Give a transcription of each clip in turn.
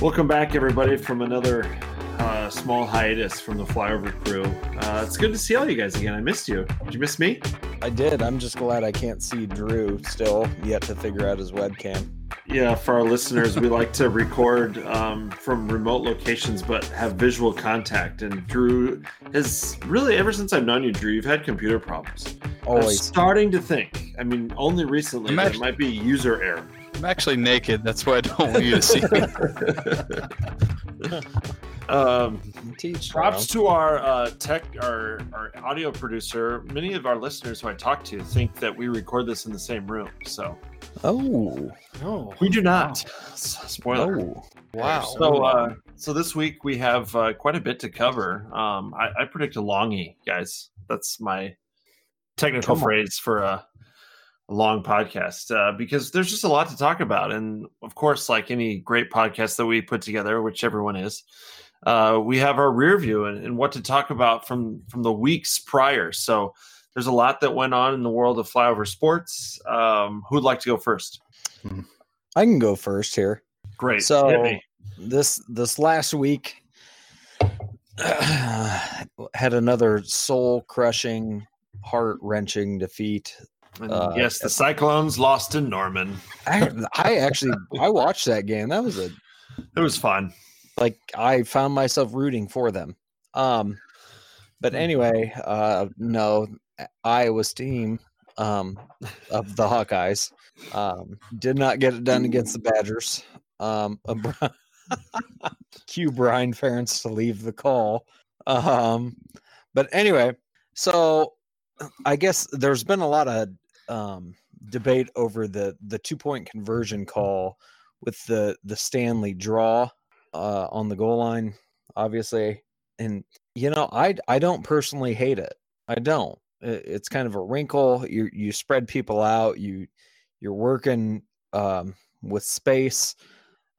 Welcome back, everybody, from another uh, small hiatus from the Flyover Crew. Uh, it's good to see all you guys again. I missed you. Did you miss me? I did. I'm just glad I can't see Drew still yet to figure out his webcam. Yeah, for our listeners, we like to record um, from remote locations but have visual contact. And Drew has really, ever since I've known you, Drew, you've had computer problems. I'm Always. starting to think, I mean, only recently, that it Imagine- might be user error. I'm actually naked. That's why I don't want you to see me. Um, Teach Props to our uh, tech, our, our audio producer. Many of our listeners who I talk to think that we record this in the same room. So Drew. Oh. No. we do not. Spoiler. Oh. Wow. So, uh, so this week we have uh, quite a bit to cover. Um, I, I predict a longy, guys. That's my technical Come on. phrase for a, a long podcast uh, because there's just a lot to talk about. And of course, like any great podcast that we put together, which everyone is, uh, we have our rear view and, and what to talk about from from the weeks prior. So there's a lot that went on in the world of flyover sports. Um, who'd like to go first? I can go first here. Great. So- Hit me. This this last week had another soul crushing, heart wrenching defeat And Uh, yes, the Cyclones lost to Norman. I, I actually I watched that game. That was a It was fun. like I found myself rooting for them. Um but anyway, uh no, Iowa's team um of the Hawkeyes um did not get it done against the Badgers. Um a Bri- cue Brian Ferentz to leave the call. Um but anyway, so I guess there's been a lot of um debate over the the two point conversion call with the the Stanley draw uh, on the goal line, obviously. And you know, I I don't personally hate it. I don't. I- It's kind of a wrinkle. You you spread people out. You you're working um, with space.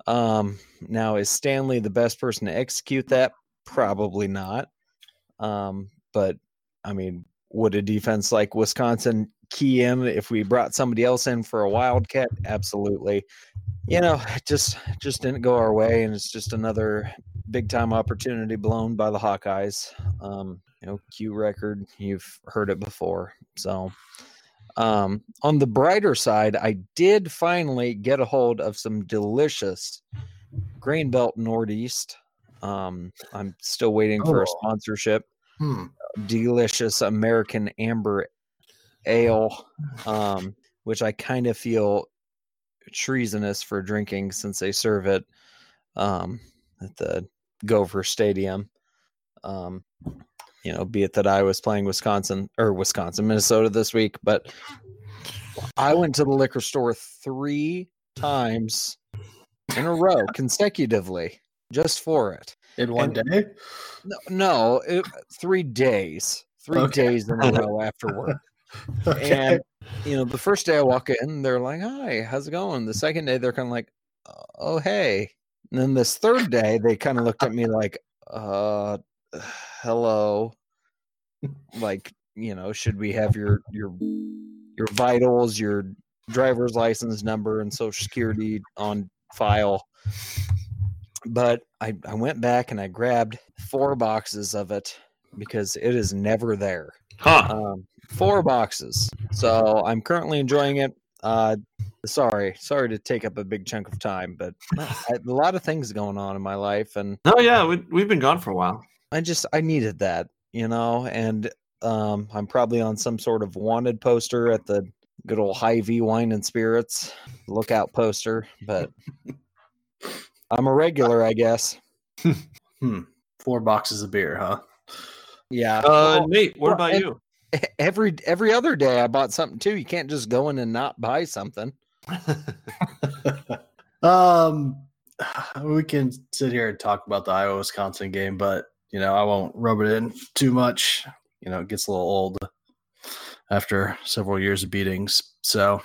Um, now is Stanley the best person to execute that? Probably not. Um, but I mean, would a defense like Wisconsin key in if we brought somebody else in for a wildcat? Absolutely. You know, it just just didn't go our way, and it's just another big time opportunity blown by the Hawkeyes. Um, you know, Q record, you've heard it before. So, um, on the brighter side, I did finally get a hold of some delicious Grain Belt Northeast. Um, I'm still waiting for a Oh. sponsorship Hmm. delicious American amber ale, um, which I kind of feel treasonous for drinking since they serve it um, at the Gopher Stadium. Um, you know, be it that I was playing Wisconsin or Wisconsin, Minnesota this week, but I went to the liquor store three times in a row consecutively just for it. In one And- day? No, no it, three days, three Okay. days in a row after work. Okay. And you know, the first day I walk in, they're like, "Hi, how's it going?" The second day, they're kind of like, "Oh, hey." And then this third day, they kind of looked at me like, "Uh, hello." Like, you know, should we have your your your vitals, your driver's license number, and social security on file? But I I went back and I grabbed four boxes of it because it is never there Huh. um, four boxes. So I'm currently enjoying it. Uh, sorry, sorry to take up a big chunk of time, but I, a lot of things going on in my life, and No, yeah, we, we've been gone for a while. I just I needed that, you know. And um, I'm probably on some sort of wanted poster at the good old High V Wine and Spirits lookout poster, but I'm a regular, I guess. Four boxes of beer, huh? Yeah. Uh, Nate, what well, about and- you? every every other day I bought something too. You can't just go in and not buy something. Um, we can sit here and talk about the Iowa Wisconsin game, but you know I won't rub it in too much. You know, it gets a little old after several years of beatings. So,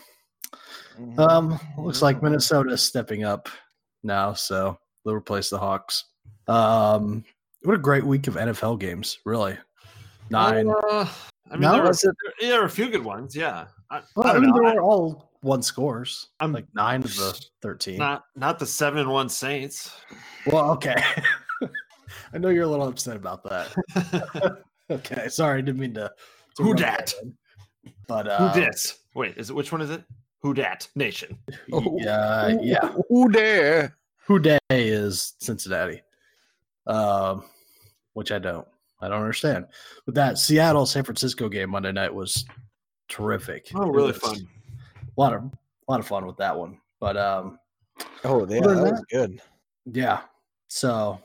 um, looks like Minnesota's stepping up now, so they'll replace the Hawks. Um, what a great week of NFL games, really. Nine. Uh, I mean, No, there, were, was it- there- there were a few good ones. Yeah. I, I Well, I don't mean, know. they were all one scores. I'm- like nine of the thirteen. Not not the seven and one Saints. well, okay. I know you're a little upset about that. Okay, sorry, didn't mean to. to Who rub dat? that in. But uh, Who dis? Wait, is it which one is it? Who dat nation? Oh. Yeah, yeah. Who dare? Who day is Cincinnati? Um, which I don't. I don't understand. But that Seattle San Francisco game Monday night was terrific. Oh, It really was fun. A lot of a lot of fun with that one. But um, Oh, yeah, than that was good. yeah. So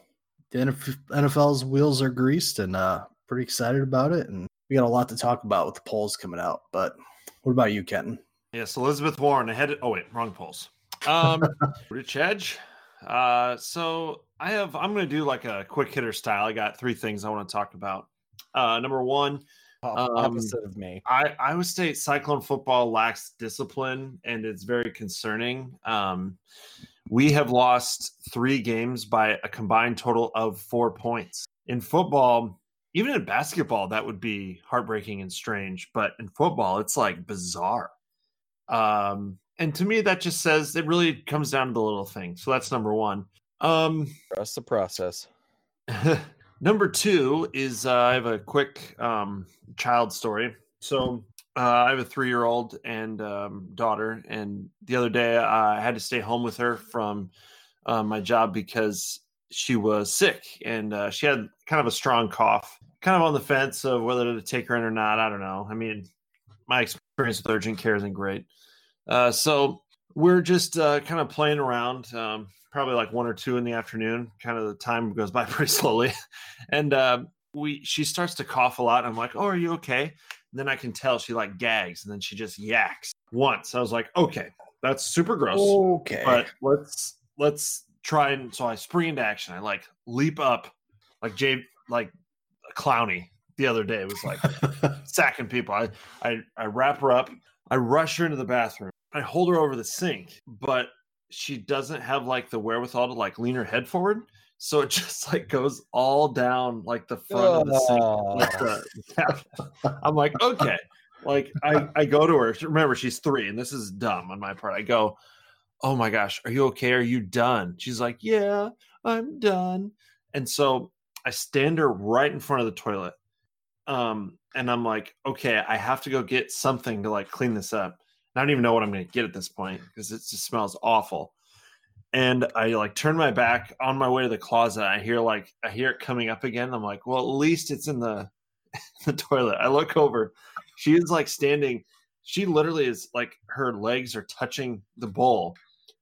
the NF- NFL's wheels are greased, and uh, pretty excited about it. And we got a lot to talk about with the polls coming out. But what about you, Kenton? Yes, Elizabeth Warren ahead. oh wait, wrong polls. Um, Rich Edge. Uh, so I have. I'm going to do like a quick hitter style. I got three things I want to talk about. Uh, number one, Op- Um, Opposite of me. I, Iowa State Cyclone football lacks discipline, and it's very concerning. Um, we have lost three games by a combined total of four points. In football, even in basketball, that would be heartbreaking and strange. But in football, it's like bizarre. Um, and to me, that just says it really comes down to the little things. So that's number one. Um, Trust the process. Number two is uh, I have a quick um, child story. So uh, I have a three year old and um, daughter, and the other day I had to stay home with her from uh, my job because she was sick and uh, she had kind of a strong cough, kind of on the fence of whether to take her in or not. I don't know. I mean, my experience with urgent care isn't great. Uh, so we're just uh, kind of playing around, um, probably like one or two in the afternoon. Kind of the time goes by pretty slowly, and uh, we she starts to cough a lot. I'm like, "Oh, are you okay?" And then I can tell she like gags, and then she just yaks once. I was like, "Okay, that's super gross." Okay, but let's let's try and so I spring into action. I like leap up, like Jay, like Clowney the other day was like sacking people. I I I wrap her up. I rush her into the bathroom. I hold her over the sink, but she doesn't have like the wherewithal to like lean her head forward. So it just like goes all down like the front of the sink like Oh, the- yeah. I'm like, okay. Like I, I go to her. Remember, she's three, and this is dumb on my part. I go, Oh my gosh, are you okay? Are you done? She's like, Yeah, I'm done. And so I stand her right in front of the toilet. Um, and I'm like, okay, I have to go get something to like clean this up. And I don't even know what I'm gonna get at this point because it just smells awful. And I like turn my back on my way to the closet. I hear like I hear it coming up again. I'm like, well, at least it's in the the toilet. I look over. She is like standing. She literally is like her legs are touching the bowl,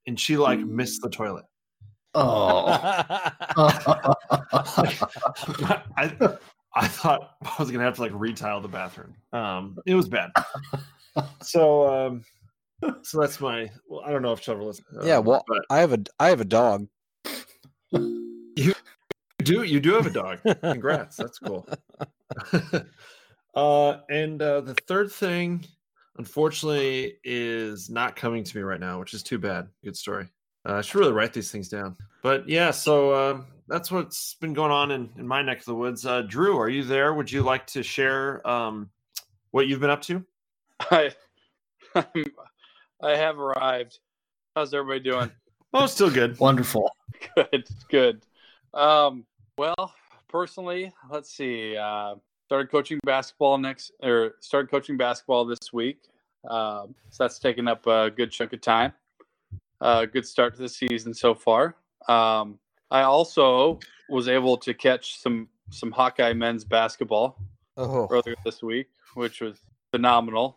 and she like missed the toilet. oh. Like, I I thought I was gonna have to like retile the bathroom. Um, it was bad. So um, so that's my. Well, I don't know if uh, Trevor listened. Yeah, well- but I have a I have a dog. you do you do have a dog. Congrats. That's cool. uh, and uh, the third thing, unfortunately, is not coming to me right now, which is too bad. Good story. Uh, I should really write these things down. But yeah, so uh, that's what's been going on in, in my neck of the woods. Uh, Drew, are you there? Would you like to share um, what you've been up to? I, I'm, I have arrived. How's everybody doing? Oh, still good. Wonderful. good, good. Um, well, personally, let's see. Uh, started coaching basketball next, or started coaching basketball this week. Um, so that's taken up a good chunk of time. Uh, good start to the season so far. Um, I also was able to catch some some Hawkeye men's basketball Oh, earlier this week, which was phenomenal.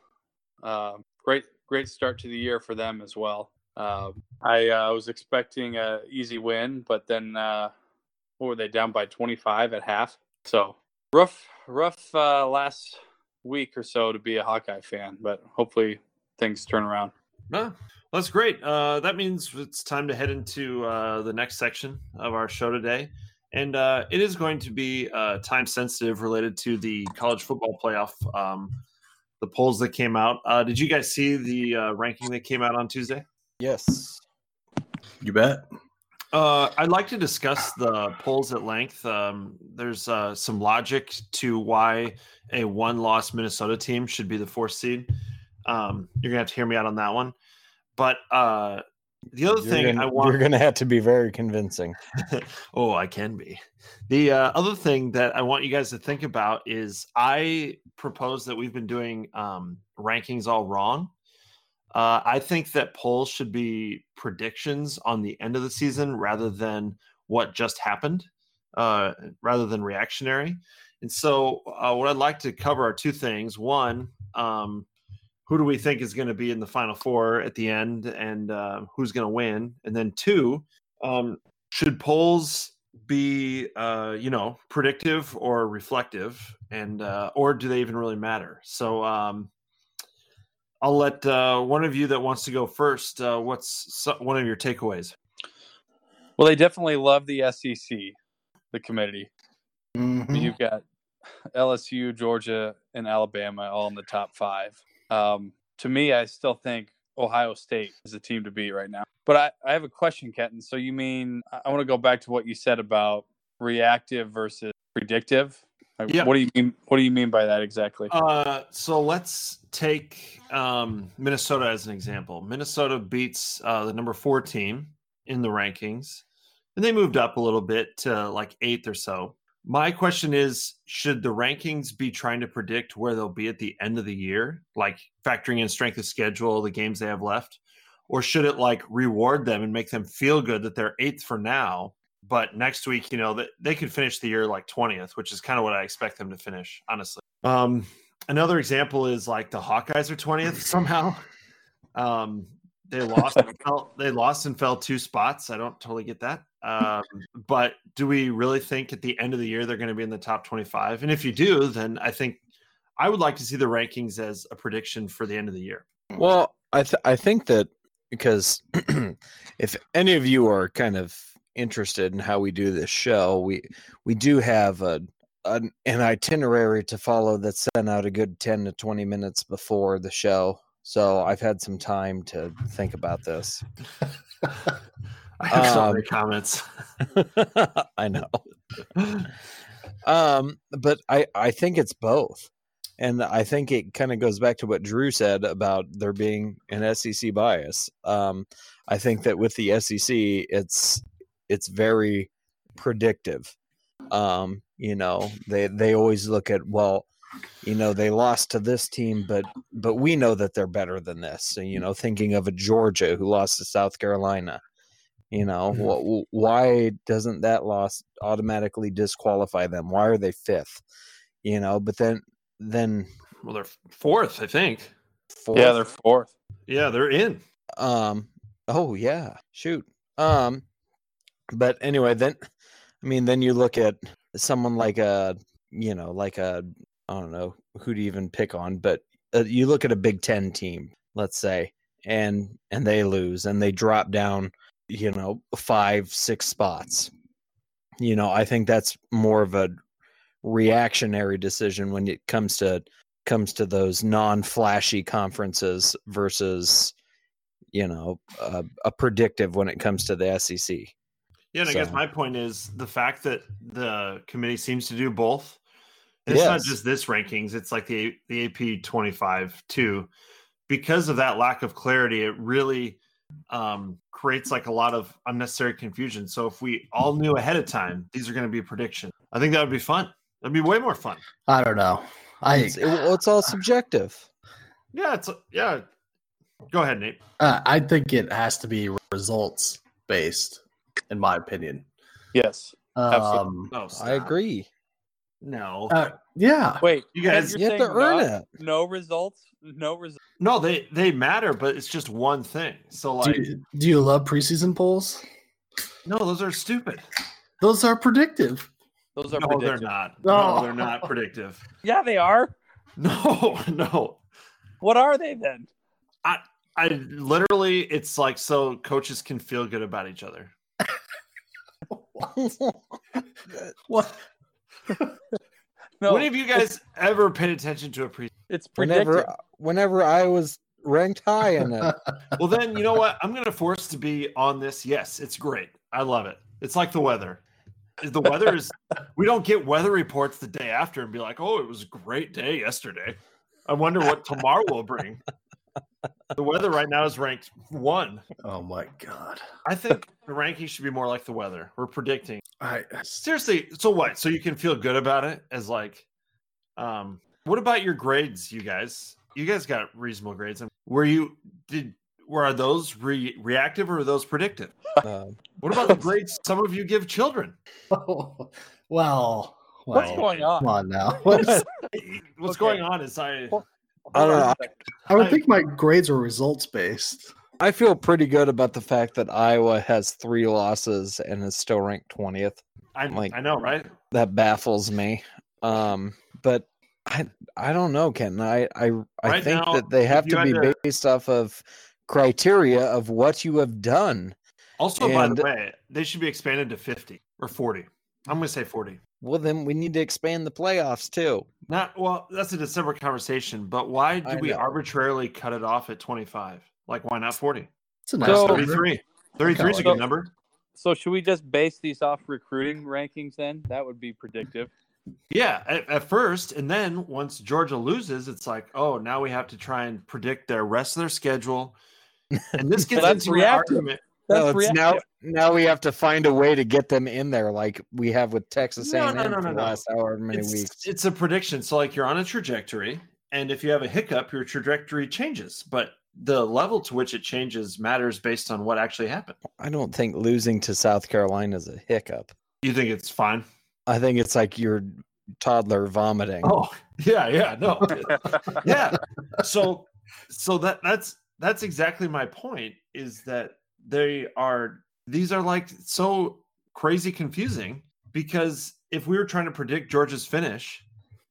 Um great, great start to the year for them as well. Um I uh, was expecting a easy win, but then uh, what were they down by 25 at half? So rough, rough uh, last week or so to be a Hawkeye fan, but hopefully things turn around. No, that's great. Uh, that means it's time to head into uh, the next section of our show today. And uh, it is going to be uh, time sensitive related to the college football playoff, um, the polls that came out. Uh, did you guys see the uh, ranking that came out on Tuesday? yes. You bet. Uh, I'd like to discuss the polls at length. Um, there's uh, some logic to why a one-loss Minnesota team should be the fourth seed. Um, you're gonna have to hear me out on that one. But uh, the other You're thing gonna- I want you're gonna have to be very convincing. oh, I can be. The uh, other thing that I want you guys to think about is I propose that we've been doing um, rankings all wrong. Uh, I think that polls should be predictions on the end of the season rather than what just happened, uh, rather than reactionary. And so, uh, what I'd like to cover are two things. One, um, who do we think is going to be in the final four at the end, and uh, who's going to win? And then two, um, should polls be uh you know predictive or reflective and uh or do they even really matter so um i'll let uh one of you that wants to go first uh what's so- one of your takeaways Well, they definitely love the SEC, the committee. Mm-hmm. Mm-hmm. You've got LSU, Georgia, and Alabama all in the top five. Um, to me, I still think Ohio State is the team to beat right now. But I, I have a question, Kenton. So you mean I want to go back to what you said about reactive versus predictive? Like, Yeah. What do you mean? What do you mean by that exactly? Uh, so let's take um, Minnesota as an example. Minnesota beats uh, the number four team in the rankings, and they moved up a little bit to like eighth or so. My question is Should the rankings be trying to predict where they'll be at the end of the year, like factoring in strength of schedule, the games they have left? Or should it like reward them and make them feel good that they're eighth for now? But next week, you know, that they could finish the year like 20th, which is kind of what I expect them to finish, honestly. Um, another example is like the Hawkeyes are twentieth somehow. Um, they lost. and fell, they lost and fell two spots. I don't totally get that. Um, but do we really think at the end of the year they're going to be in the top twenty-five? And if you do, then I think I would like to see the rankings as a prediction for the end of the year. Well, I th- I think that because if any of you are kind of interested in how we do this show, we we do have a an, an itinerary to follow that's sent out a good ten to twenty minutes before the show. So I've had some time to think about this. I have so Um, many comments. I know. um, but I I think it's both, and I think it kind of goes back to what Drew said about there being an SEC bias. Um, I think that with the SEC, it's it's very predictive. Um, you know, they they always look at well, you know, they lost to this team, but but we know that they're better than this. So, you know, thinking of a Georgia who lost to South Carolina, you know, wh- wh- why doesn't that loss automatically disqualify them? Why are they fifth? You know, but then then Well, they're fourth, I think. fourth. Yeah, they're fourth. Yeah, they're in. um oh yeah shoot um but anyway then i mean then you look at someone like a you know like a i don't know who to even pick on but uh, you look at a big 10 team let's say and and they lose and they drop down you know five six spots you know i think that's more of a reactionary decision when it comes to comes to those non-flashy conferences versus you know a, a predictive when it comes to the E SEC. Yeah, and I guess So- my point is the fact that the committee seems to do both. It's not Yes. just this rankings; it's like the the AP twenty five too. Because of that lack of clarity, it really um, creates like a lot of unnecessary confusion. So if we all knew ahead of time these are going to be a prediction, I think that would be fun. That'd be way more fun. I don't know. I It's, it- well, it's all subjective. Yeah, it's yeah. Go ahead, Nate. uh, I think it has to be results based, in my opinion. Yes. Um, Absolutely. No, I agree. No, uh, yeah, Wait, You Ken, guys- you're You have to saying earn no, it. no results. No results. no, they they matter, but it's just one thing. So do, like, you- do you love preseason polls? no, those are stupid. Those are predictive. Those are no, predictive. they're not. No. No. they're not predictive. Yeah, they are. No, no. What are they then? I literally, it's like so coaches can feel good about each other. What? No, When have you guys ever paid attention to a pre? it's predictive. Whenever whenever I was ranked high in it, uh, Well, then you know what? I'm gonna force to be on this. Yes, it's great. I love it. It's like the weather. The weather is. we don't get weather reports the day after and be like, "Oh, it was a great day yesterday." I wonder what tomorrow will bring. The weather right now is ranked one. Oh my god. I think the ranking should be more like the weather. We're predicting. I Seriously, so what? So you can feel good about it as like um what about your grades, you guys? You guys got reasonable grades. Were you did were are those re- reactive or are those predictive? Um, What about the grades some of you give children? well, well What's going on? come on now. What's Okay. going on is I Well, I don't know. I would think my grades are results based. I feel pretty good about the fact that Iowa has three losses and is still ranked twentieth. I, like- I know, right? that baffles me. Um, but I I don't know, Ken. I I, I Right think now, that they if have you to be had to- based off of criteria of what you have done. Also, by And- the way, they should be expanded to 50 or 40. I'm going to say 40. Well, then we need to expand the playoffs too. Not well, that's a December conversation, but why do I we know. arbitrarily cut it off at 25? Like, why not 40? It's a nice So- number. 33. 33 is a Oh, Okay. good number. So should we just base these off recruiting rankings then? That would be predictive. Yeah, at, at first. And then once Georgia loses, it's like, oh, now we have to try and predict their rest of their schedule. And this gets That's into an reactive. argument. No, it's now now we have to find a way to get them in there, like we have with Texas No, A&M no, no, for no, the no. last however many it's, weeks. It's a prediction. So like you're on a trajectory, and if you have a hiccup, your trajectory changes. But the level to which it changes matters based on what actually happened. I don't think losing to South Carolina is a hiccup. You think it's fine? I think it's like your toddler vomiting. Oh yeah, yeah, no, yeah. So so that that's that's exactly my point. Is that they are these are like so crazy confusing because if we were trying to predict Georgia's finish,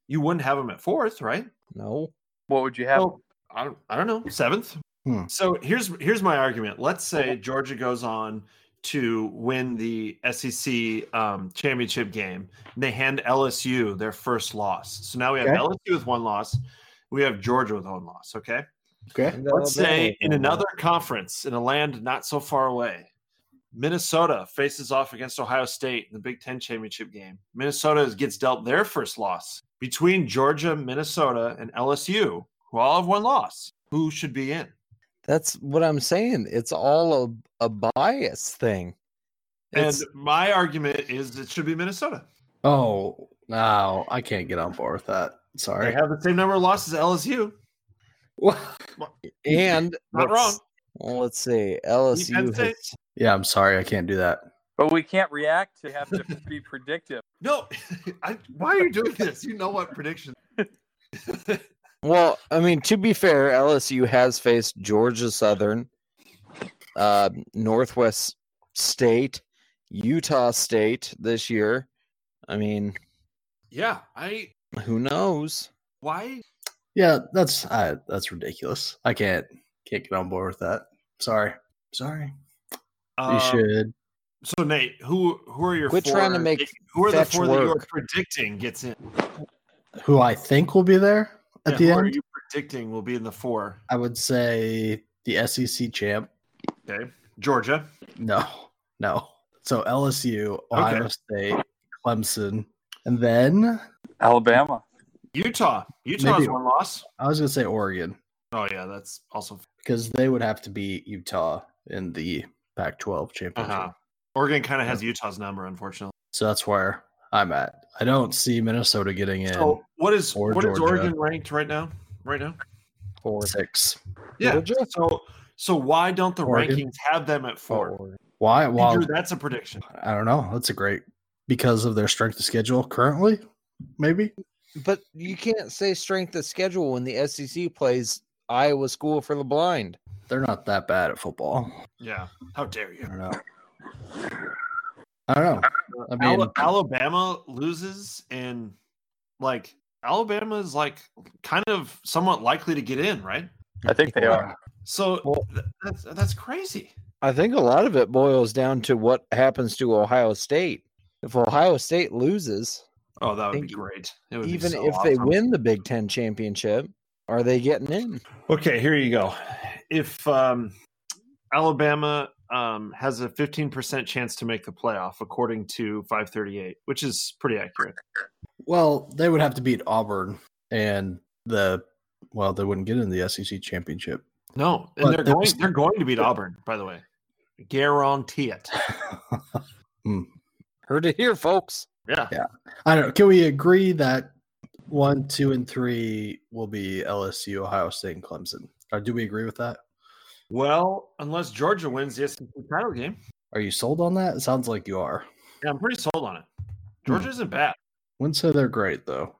you wouldn't have them at fourth, right? No, What would you have? Well, I don't, I don't know seventh. Hmm. So here's here's my argument. Let's say Georgia goes on to win the SEC um, championship game. And they hand LSU their first loss. So now we have Okay. LSU with one loss. We have Georgia with one loss. Okay. Okay. Let's say in another conference in a land not so far away, Minnesota faces off against Ohio State in the Big Ten championship game. Minnesota gets dealt their first loss between Georgia, Minnesota, and LSU, who all have one loss. Who should be in? That's what I'm saying. It's all a, a bias thing. It's, and my argument is it should be Minnesota. Oh no, I can't get on board with that. They Sorry. have the same number of losses as LSU. and Not let's- wrong. Well, let's see. Penn LSU State. has, yeah, I'm sorry. I can't do that. But we can't react to have to be predictive. No, I, why are you doing this? You know what prediction? well, I mean, to be fair, LSU has faced Georgia Southern, uh, Northwest State, Utah State this year. I mean, Yeah, I. who knows? Why? Yeah, that's I, that's ridiculous. I can't can't get on board with that. Sorry. Sorry. You Uh, should. So Nate, who who are your Quit trying to four- make who are the fetch four that you're work. predicting gets in Who I think will be there Yeah, at who the are end? you predicting will be in the four? I would say the SEC champ. Okay, Georgia. No, no. So LSU, Ohio Okay. State, Clemson, and then Alabama. Utah. Utah's Maybe- one loss. I was gonna say Oregon Oh yeah, that's also because they would have to beat Utah in the Pac-12 championship. uh-huh. Oregon kind of has Utah's number, unfortunately. So that's where I'm at. I don't see Minnesota getting in So what is Or what is Georgia. Oregon ranked right now? Right now? for six. Yeah. Georgia. So so why don't the Oregon. rankings have them at four? Or- Why? Well, Andrew, that's a prediction. I don't know. That's a great because of their strength of schedule currently. Maybe But you can't say strength of schedule when the SEC plays Iowa School for the Blind. they're not that bad at football. Yeah. How dare I you? don't know. I don't know. I mean, Ala- Alabama loses and like Alabama is like kind of somewhat likely to get in, right? I think they are. So Well- th- that's that's crazy. I think a lot of it boils down to what happens to Ohio State. If Ohio State loses, Oh, that would Thank be you. great. It would be even so if they awesome. win the Big Ten championship, are they getting in? Okay, here you go. If um, Alabama um, has a 15% chance to make the playoff, according to 538, which is pretty accurate. well, they would have to beat Auburn and the well, they wouldn't get in the SEC E championship. No, and But they're that going. was- They're going to beat Auburn, by the way. Guarantee it. Heard it here, folks. Yeah. I don't know. Can we agree that one, two, and three will be LSU, Ohio State, and Clemson? Or do we agree with that? Well, unless Georgia wins the SEC title game, Are you sold on that? It sounds like you are. yeah, I'm pretty sold on it. Hmm. Georgia isn't bad. Wouldn't say they're great though.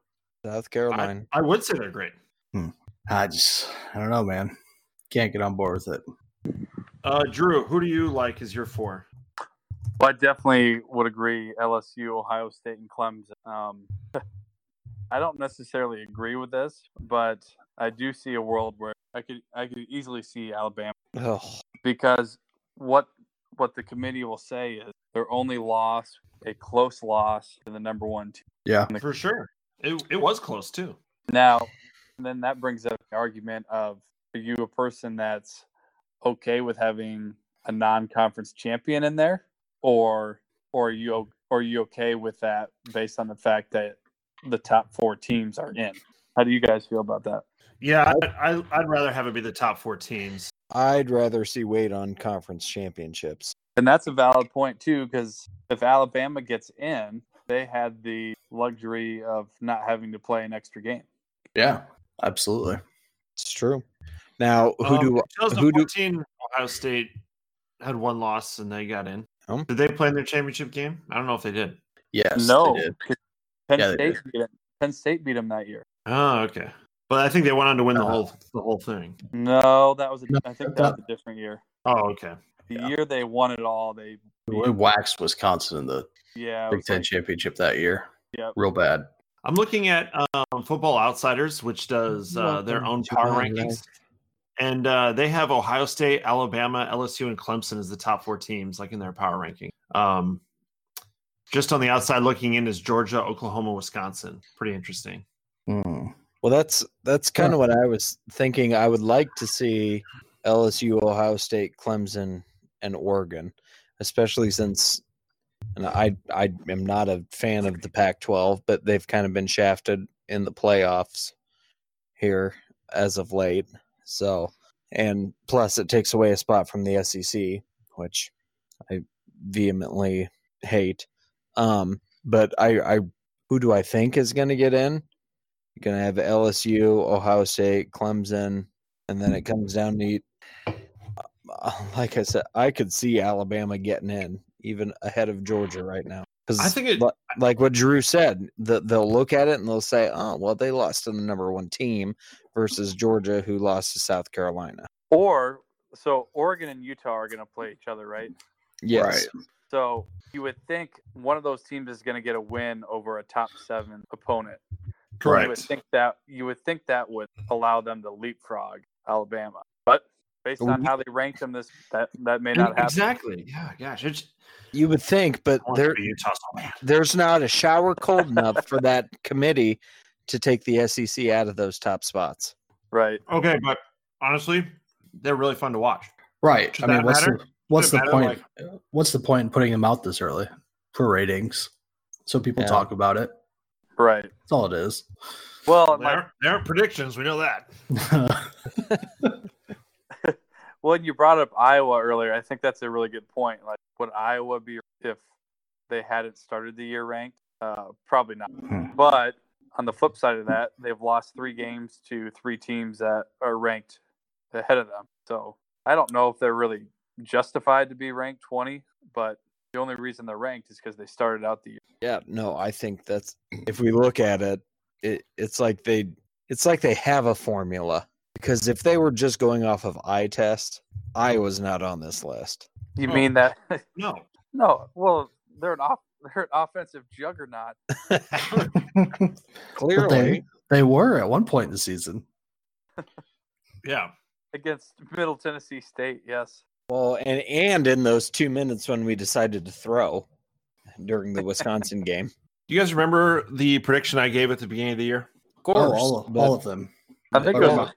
South I, Carolina. I would say they're great. I just I don't know, man. Can't get on board with it. Uh, Drew, who do you like as your four? Well, I definitely would agree LSU, Ohio State, and Clemson. Um, I don't necessarily agree with this, but I do see a world where I could I could easily see Alabama Ugh. because what what the committee will say is their only loss a close loss to the number one team. Yeah. For sure. It, it was close too. Now, then that brings up the argument of are you a person that's okay with having a non-conference champion in there, or or are you o- or are you okay with that based on the fact that the top four teams are in? How do you guys feel about that? Yeah, I, I, I'd rather have it be the top four teams. I'd rather see Wade on conference championships. And that's a valid point too, because if Alabama gets in, they had the luxury of not having to play an extra game. Yeah. Absolutely. It's true. Now, who Um, do who do 2014, Ohio State had one loss and they got in. Um. Did they play in their championship game? I don't know if they did. Yes. no, they did. 'cause Penn Yeah, they State beat 'em- Penn State beat them that year. Oh, okay. But I think they went on to win the Uh-huh. Uh, whole the whole thing. No, that was a, No, I think that- that was a different year. Oh, okay. The Yeah. year they won it all, they We waxed Wisconsin in the yeah, it Big was Ten like- championship that year. Yep. Real bad. I'm looking at um, Football Outsiders, which does uh, their Welcome own to power my rankings, life. and uh, they have Ohio State, Alabama, LSU, and Clemson as the top four teams, like in their power ranking. Um, just on the outside looking in is Georgia, Oklahoma, Wisconsin. Pretty interesting. Hmm. Well, that's that's kind of what I was thinking. I would like to see LSU, Ohio State, Clemson, and Oregon, especially since, and I I am not a fan of the Pac-12, but they've kind of been shafted in the playoffs here as of late. So, and plus it takes away a spot from the SEC, which I vehemently hate. Um, but I, I who do I think is going to get in? You're gonna have LSU, Ohio State, Clemson, and then it comes down to eat. Like I said, I could see Alabama getting in even ahead of Georgia right now. Because I think it- like what Drew said, the, they'll look at it and they'll say, "Oh, well, they lost to the number one team versus Georgia, who lost to South Carolina." or so Oregon and Utah are going to play each other, right? Yes, So you would think one of those teams is going to get a win over a top seven opponent. You would think that you would think that would allow them to leapfrog Alabama, but based on how they ranked them, this that that may not happen. Exactly. Yeah. Gosh, it's you would think, but I want there to be Utah so bad. there's not a shower cold enough for that committee to take the SEC out of those top spots. Right. Okay, but honestly, they're really fun to watch. Right. Should that I mean, what's matter? the what's Should it the matter, point? like- what's the point in putting them out this early for ratings? So people Yeah. talk about it. Right. That's all it is. Well, They like aren't, they aren't predictions. We know that. Well, you brought up Iowa earlier. I think that's a really good point. Like, would Iowa be if they hadn't started the year ranked? Uh, probably not. Hmm. But on the flip side of that, they've lost three games to three teams that are ranked ahead of them. So I don't know if they're really justified to be ranked 20, but the only reason they're ranked is because they started out the year. Yeah, no, I think that's if we look at it, it it's like they it's like they have a formula because if they were just going off of eye test, I was not on this list. You Oh. mean that? No. no. Well, they're an off. They're an offensive juggernaut. But Clearly, they, they were at one point in the season. Yeah. Against Middle Tennessee State, yes. well, and and in those two minutes when we decided to throw during the Wisconsin game, Do you guys remember the prediction I gave at the beginning of the year? of course, Oh, all, of- but all of them. I think it Or was not.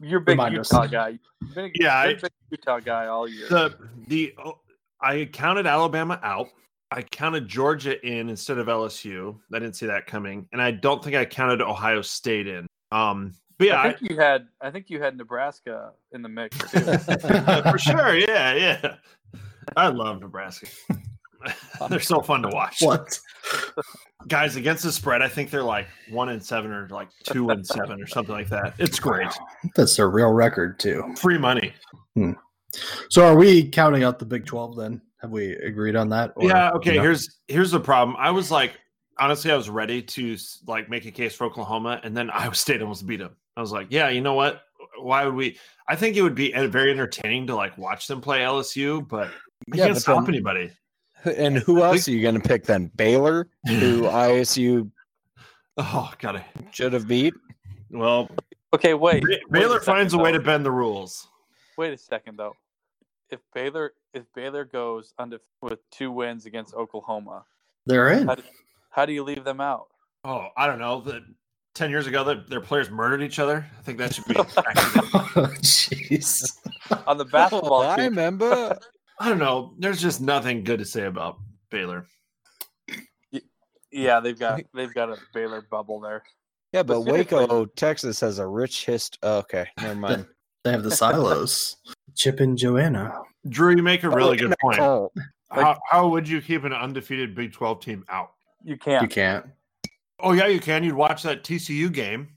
You're a big Remind us. Utah guy. You've been a- Yeah, you're a I- big Utah guy all year. the the oh, I counted Alabama out. I counted Georgia in instead of LSU. I didn't see that coming, and I don't think I counted Ohio State in. Um, But yeah, I I- think you had I think you had Nebraska in the mix too. uh, for sure. Yeah, yeah. I love Nebraska. they're so fun to watch. what? Guys against the spread, I think they're like one and seven or like two and seven or something like that. It's great. That's their real record too. Free money. So are we counting out the Big Twelve then? Have we agreed on that? or- yeah, okay. no? Here's here's the problem. I was like honestly, I was ready to like make a case for Oklahoma and then Iowa State almost beat them. I was like, yeah, you know what? Why would we I think it would be very entertaining to like watch them play LSU, but you Yeah, can't but stop then- anybody. And who else are you going to pick then? Baylor, who ISU Oh god. I- should have beat. Well, Okay, wait. Ba- wait a Baylor second, finds a way though. to bend the rules. Wait a second though. If Baylor if Baylor goes undefe with two wins against Oklahoma, They're in. how do, how do you leave them out? Oh, I don't know. The, Ten years ago, that their players murdered each other. I think that should be. I Jeez. On the basketball Oh, I team, remember. don't know. There's just nothing good to say about Baylor. yeah, they've got they've got a Baylor bubble there. Yeah, but Specifically- Waco, Texas has a rich history. Okay, never mind. They have the silos. Chip and Joanna. Drew, you make a really good point. Oh, How, how would you keep an undefeated Big 12 team out? You can't. You can't. Oh yeah, you can. You'd watch that TCU game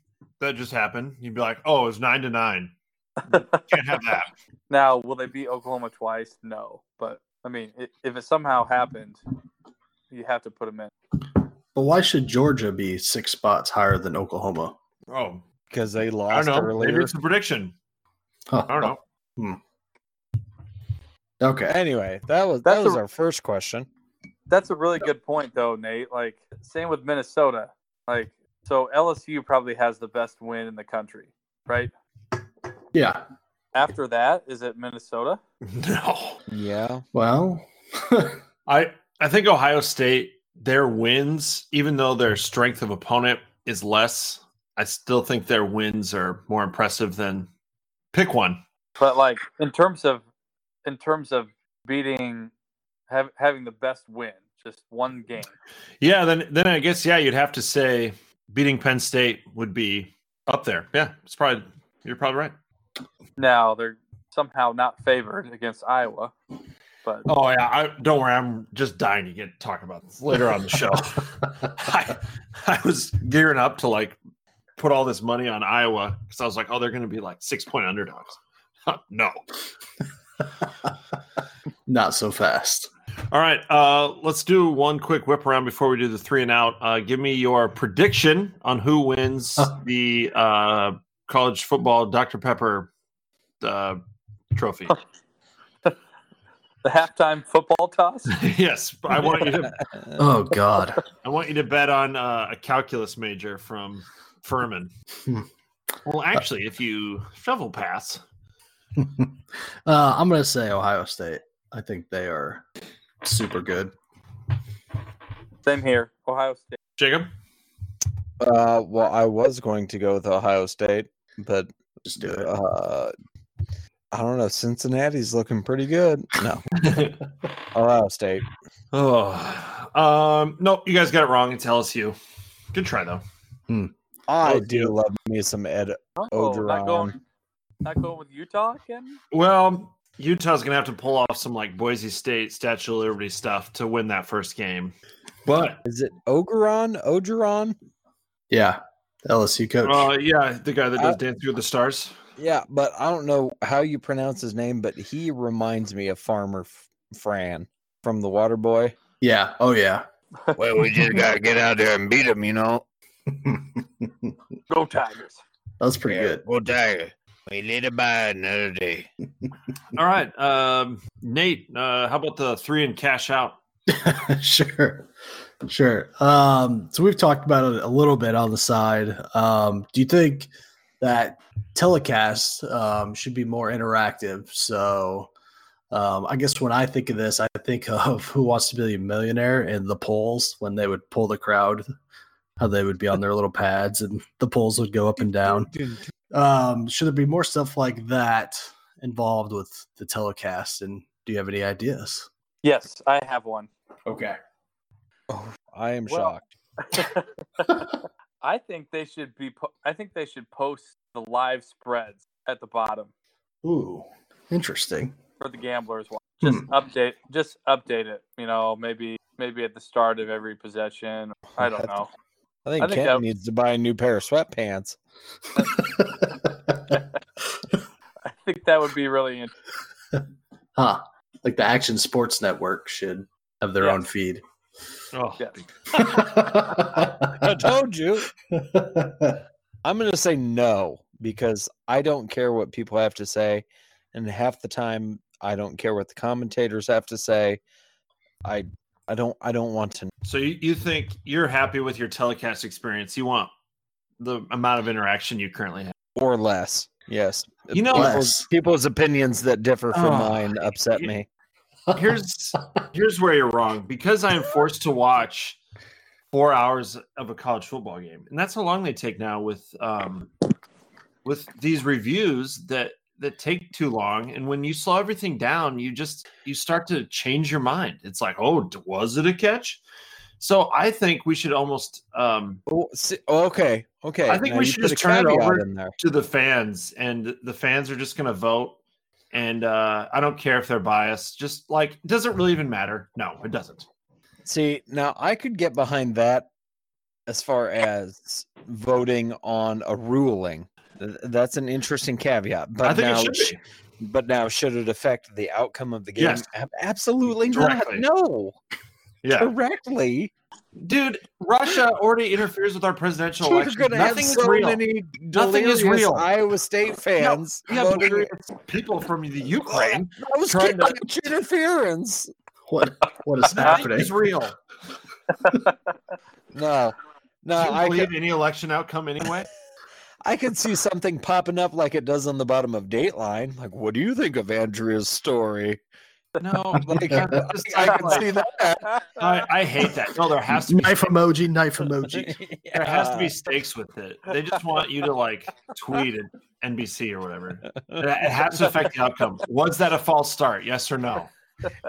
that just happened. You'd be like, oh, it's nine to nine. Can't have that. Now, will they beat Oklahoma twice? No, but I mean, i if it somehow happened, you have to put them in. But why should Georgia be six spots higher than Oklahoma? Oh, because they I lost don't know. Maybe earlier. it's a prediction. Huh. I don't know. Okay. Anyway, that was That's that was a- our first question. That's a really good point, though, Nate. Like, same with Minnesota. Like, so LSU probably has the best win in the country, right? Yeah. After that, is it Minnesota? No. Yeah, Well, I I I think Ohio State their wins, even though their strength of opponent is less, I still think their wins are more impressive than pick one. But like, in terms of, in terms of beating, have, having the best win, just one game. Yeah, then then I guess yeah, you'd have to say beating Penn State would be up there. Yeah, it's probably you're probably right. Now they're somehow not favored against Iowa, but Oh yeah, I, don't worry, I'm just dying to get talk about this later on the show. I, I was gearing up to like put all this money on Iowa because I was like, oh, they're going to be like six point underdogs. no. not so fast. All right, uh, let's do one quick whip around before we do the three and out. Uh, give me your prediction on who wins Huh. the uh, college football Dr Pepper uh, trophy. the halftime football toss. yes, I want you to. Oh God. I want you to bet on uh, a calculus major from Furman. Hmm. well, actually, if you shovel pass, uh, I'm gonna say Ohio State. I think they are super good. Same here, Ohio State. Jacob. Uh, well, I was going to go with Ohio State, but Just do it. uh, I don't know. Cincinnati's looking pretty good. No, Ohio State. oh, um, no, you guys got it wrong. It's LSU. Good try though. I Oh, do love me some Ed. Oh, not going, Ogeron. not going with Utah again. Well, Utah's gonna have to pull off some like Boise State Statue of Liberty stuff to win that first game. But Is it Ogeron? Ogeron? Yeah. LSU coach. uh, yeah, the guy that does Dance with the Stars. Yeah, but I don't know how you pronounce his name, but he reminds me of Farmer F- Fran from The Water Boy. yeah. Oh yeah. Well, we just gotta get out there and beat them, you know. that Go Tigers! was pretty good. We'll die. We later by another day. All right, um, Nate, uh, how about the three and cash out? sure. Sure. Um, so we've talked about it a little bit on the side. Um, do you think that telecast um, should be more interactive? So um, I guess when I think of this, I think of Who Wants to Be a Millionaire and the polls when they would pull the crowd, how they would be on their little pads and the polls would go up and down. Um, should there be more stuff like that involved with the telecast? And do you have any ideas? Yes, I have one. Okay. Oh, I am Well- shocked. I think they should be. Po- I think they should post the live spreads at the bottom Ooh, interesting. for the gamblers. watch. Just Hmm. update. Just update it. You know, maybe maybe at the start of every possession. I don't know. I think, I think Kent that- needs to buy a new pair of sweatpants. I think that would be really interesting. huh. Like the Action Sports Network should have their Yeah. own feed. Oh, Yes. I told you. I'm going to say no because I don't care what people have to say. And half the time, I don't care what the commentators have to say. I. I don't. I don't want to. So you, you think you're happy with your telecast experience? You want the amount of interaction you currently have? Or less. Yes. You know- people's, people's opinions that differ from Oh, mine upset me. Here's here's where you're wrong because I am forced to watch four hours of a college football game, and that's how long they take now with um with these reviews that that take too long. And when you slow everything down, you just you start to change your mind. It's like, oh, d- was it a catch? So I think we should almost um Oh, see, okay. Okay. I think now we you should put just a turn it caveat over in there. to the fans, and the fans are just going to vote. And uh, I don't care if they're biased. Just like, does it really even matter? No, it doesn't. See, now I could get behind that as far as voting on a ruling. Th- That's an interesting caveat. But I think now, it sh- should be. but now, should it affect the outcome of the game? Yes. Ab- Absolutely Directly. not. No, Yeah, directly. dude, Russia already interferes with our presidential You're election. going to have Nothing is so real. many Nothing is delirious real. Iowa State fans We have voting. various people from the Ukraine. I was trying trying to- interference. what what is Nothing happening? is real. No, no, Do you I believe could, any election outcome anyway? I could see something popping up like it does on the bottom of Dateline. Like, what do you think of Andrea's story? No, like, I, I'm just- I can see that. I, I hate that. No, there has to be Knife emoji, knife emoji. There has to be stakes with it. They just want you to like tweet at NBC or whatever. It it has to affect the outcome. Was that a false start? Yes or no?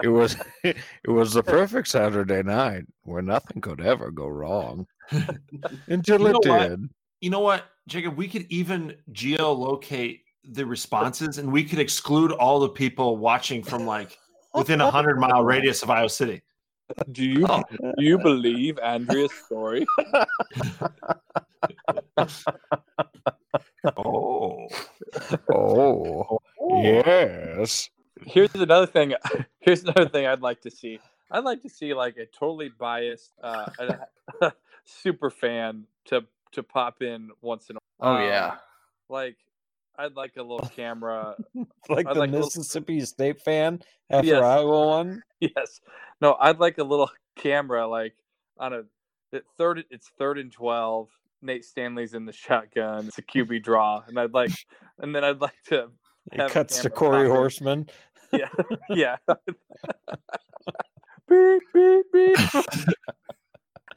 It was. It was the perfect Saturday night where nothing could ever go wrong. Until You it know what? did. You know what, Jacob? We could even geolocate the responses and we could exclude all the people watching from like within a hundred mile radius of Iowa City. Do you Oh. do you believe Andrea's story? Oh, Oh, yes. Here's another thing. Here's another thing I'd like to see. I'd like to see like a totally biased uh, a- super fan to to pop in once in a Oh yeah. while. Like I'd like a little camera. Like I'd the like a little- Mississippi State fan after Yes. Iowa won. yes. No, I'd like a little camera like on a it third it's third and 12. Nate Stanley's in the shotgun. It's a QB draw and I'd like and then I'd like to It Have a cuts to camera Corey pop in. Horseman. yeah, yeah. beep, beep, beep.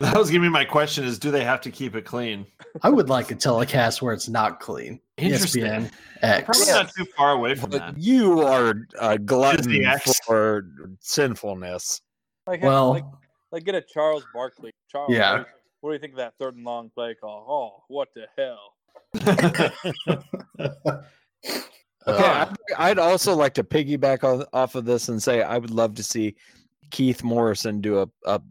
that was giving me my question: is do they have to keep it clean? I would like a telecast where it's not clean. E Interesting. ESPN Probably X. not too far away from But that. you are a glutton axe. for sinfulness. Like, have- Well, like, like get a Charles Barkley. Charles, Yeah. What do, you, what do you think of that third and long play call? Oh, what the hell? Okay, uh, I'd, I'd also like to piggyback on, off of this and say I would love to see Keith Morrison do a, a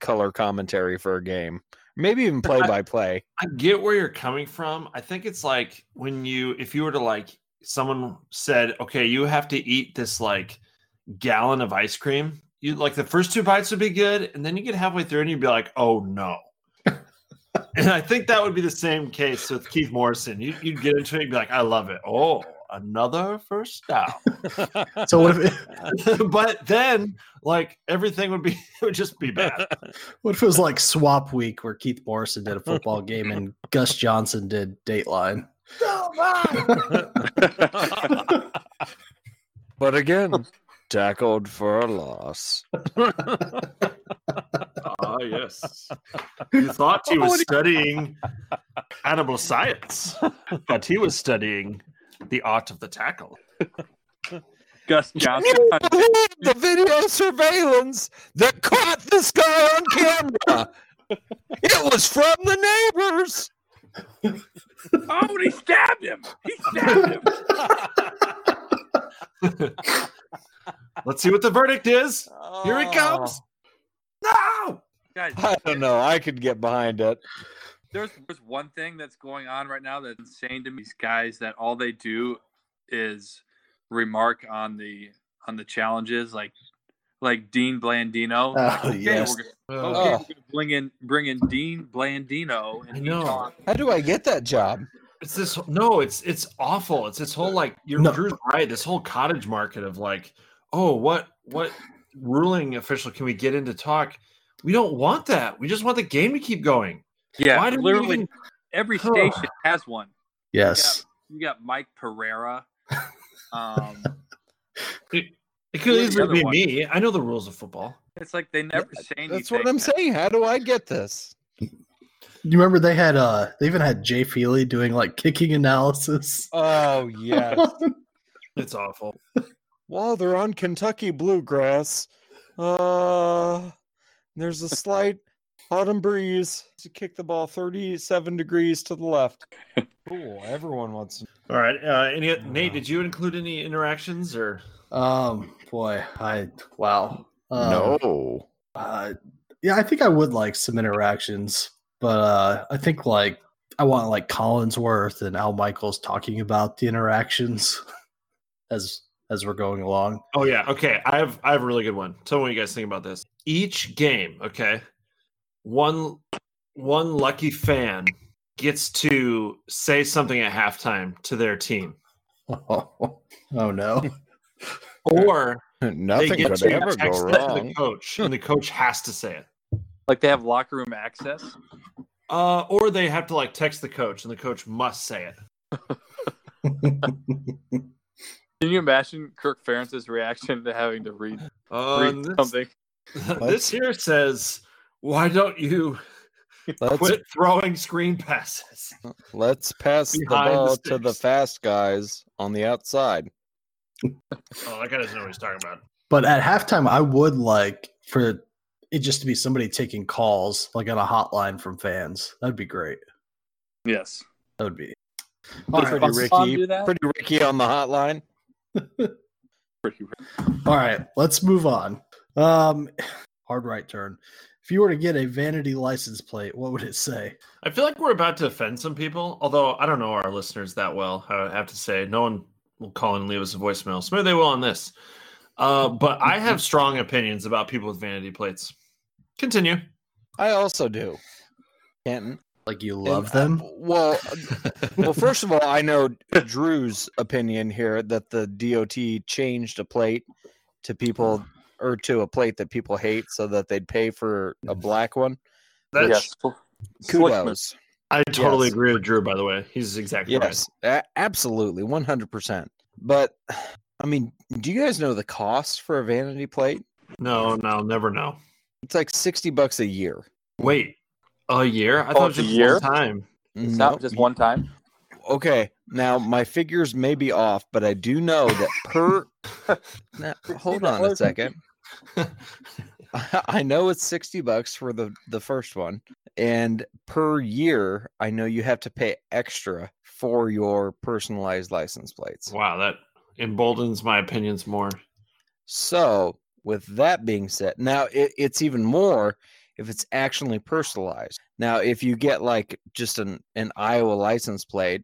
color commentary for a game, maybe even play by play. I get where you're coming from. I think it's like when you, if you were to like, someone said, okay, you have to eat this like gallon of ice cream. You like the first two bites would be good, and then you get halfway through and you'd be like, oh no. and I think that would be the same case with Keith Morrison. You, you'd get into it and be like, I love it. Oh, another first down. so what if it, but then, like, everything would be, it would just be bad. what if it was like swap week where Keith Morrison did a football game and Gus Johnson did Dateline? but again, tackled for a loss. Ah, yes. You thought he was studying animal science, but he was studying the art of the tackle. Gus Can Johnson. Oh, you believe the video surveillance that caught this guy on camera? It was from the neighbors. oh, and he stabbed him. He stabbed him. Let's see what the verdict is. Here Oh. it comes. No. Guys, I don't know. I could get behind it. there's there's one thing that's going on right now that's insane to me. These guys that all they do is remark on the on the challenges, like like Dean Blandino. Oh, Okay, yes. we're gonna, okay, we're gonna bring in bring in Dean Blandino Oh. I and he know. talks. How do I get that job? It's this no, it's it's awful. It's this whole like you're No. Drew's right, this whole cottage market of like, oh, what what ruling official can we get in to talk? We don't want that. We just want the game to keep going. Yeah, Why do we literally even every Huh. station has one. Yes. You got Mike Pereira. Um, it could Who are the easily other be one? me. I know the rules of football. it's like they never say anything. That's what I'm saying. How do I get this? You remember they had uh they even had Jay Feely doing like kicking analysis. Oh yeah. It's awful. While they're on Kentucky bluegrass, uh, there's a slight autumn breeze to kick the ball 37 degrees to the left. Cool. Everyone wants. All right. Uh, any Nate, did you include any interactions or um boy, I wow. Um, no. Uh, yeah, I think I would like some interactions, but uh, I think like I want like Collinsworth and Al Michaels talking about the interactions as as we're going along. Oh yeah, okay. I have I have a really good one. Tell me what you guys think about this. Each game, okay, one one lucky fan gets to say something at halftime to their team, Oh, no! or they Nothing get could to ever go text that to the wrong. coach, and the coach has to say it. Like they have locker room access. Uh, or they have to like text the coach, and the coach must say it. Can you imagine Kirk Ferentz's reaction to having to read, Uh, read this, something? this here says, "Why don't you Let's quit throwing screen passes?" let's pass the Behind the ball to the sticks. fast guys on the outside. Oh, that guy doesn't know what he's talking about. but at halftime, I would like for it just to be somebody taking calls, like on a hotline from fans. That'd be great. Yes. That would be. All Pretty right, Let's Ricky, undo that. pretty Ricky on the hotline. Pretty All right, let's move on. Um, hard right turn. If you were to get a vanity license plate, what would it say? I feel like we're about to offend some people, although I don't know our listeners that well. I have to say, no one will call and leave us a voicemail. So maybe they will on this. Uh, but I have strong opinions about people with vanity plates. Continue. I also do. Canton. Like you And, love uh, them? Well, well, first of all, I know Drew's opinion here that the DOT changed a plate to people or to a plate that people hate so that they'd pay for a black one. That's, Slickman. Kudos. I totally Yes. agree with Drew, by the way. He's exactly right. Yes, a- absolutely. 100%. But, I mean, do you guys know the cost for a vanity plate? No, no, never know. It's like 60 bucks a year. Wait, a year? I thought it was it's a just year? one time. It's No, not just you- one time. Okay. Now my figures may be off, but I do know that per. Now, hold on a second. I I know it's sixty bucks for the the first one, and per year, I know you have to pay extra for your personalized license plates. Wow, that emboldens my opinions more. So, with that being said, now it, it's even more if it's actually personalized. Now, if you get like just an, an Iowa license plate,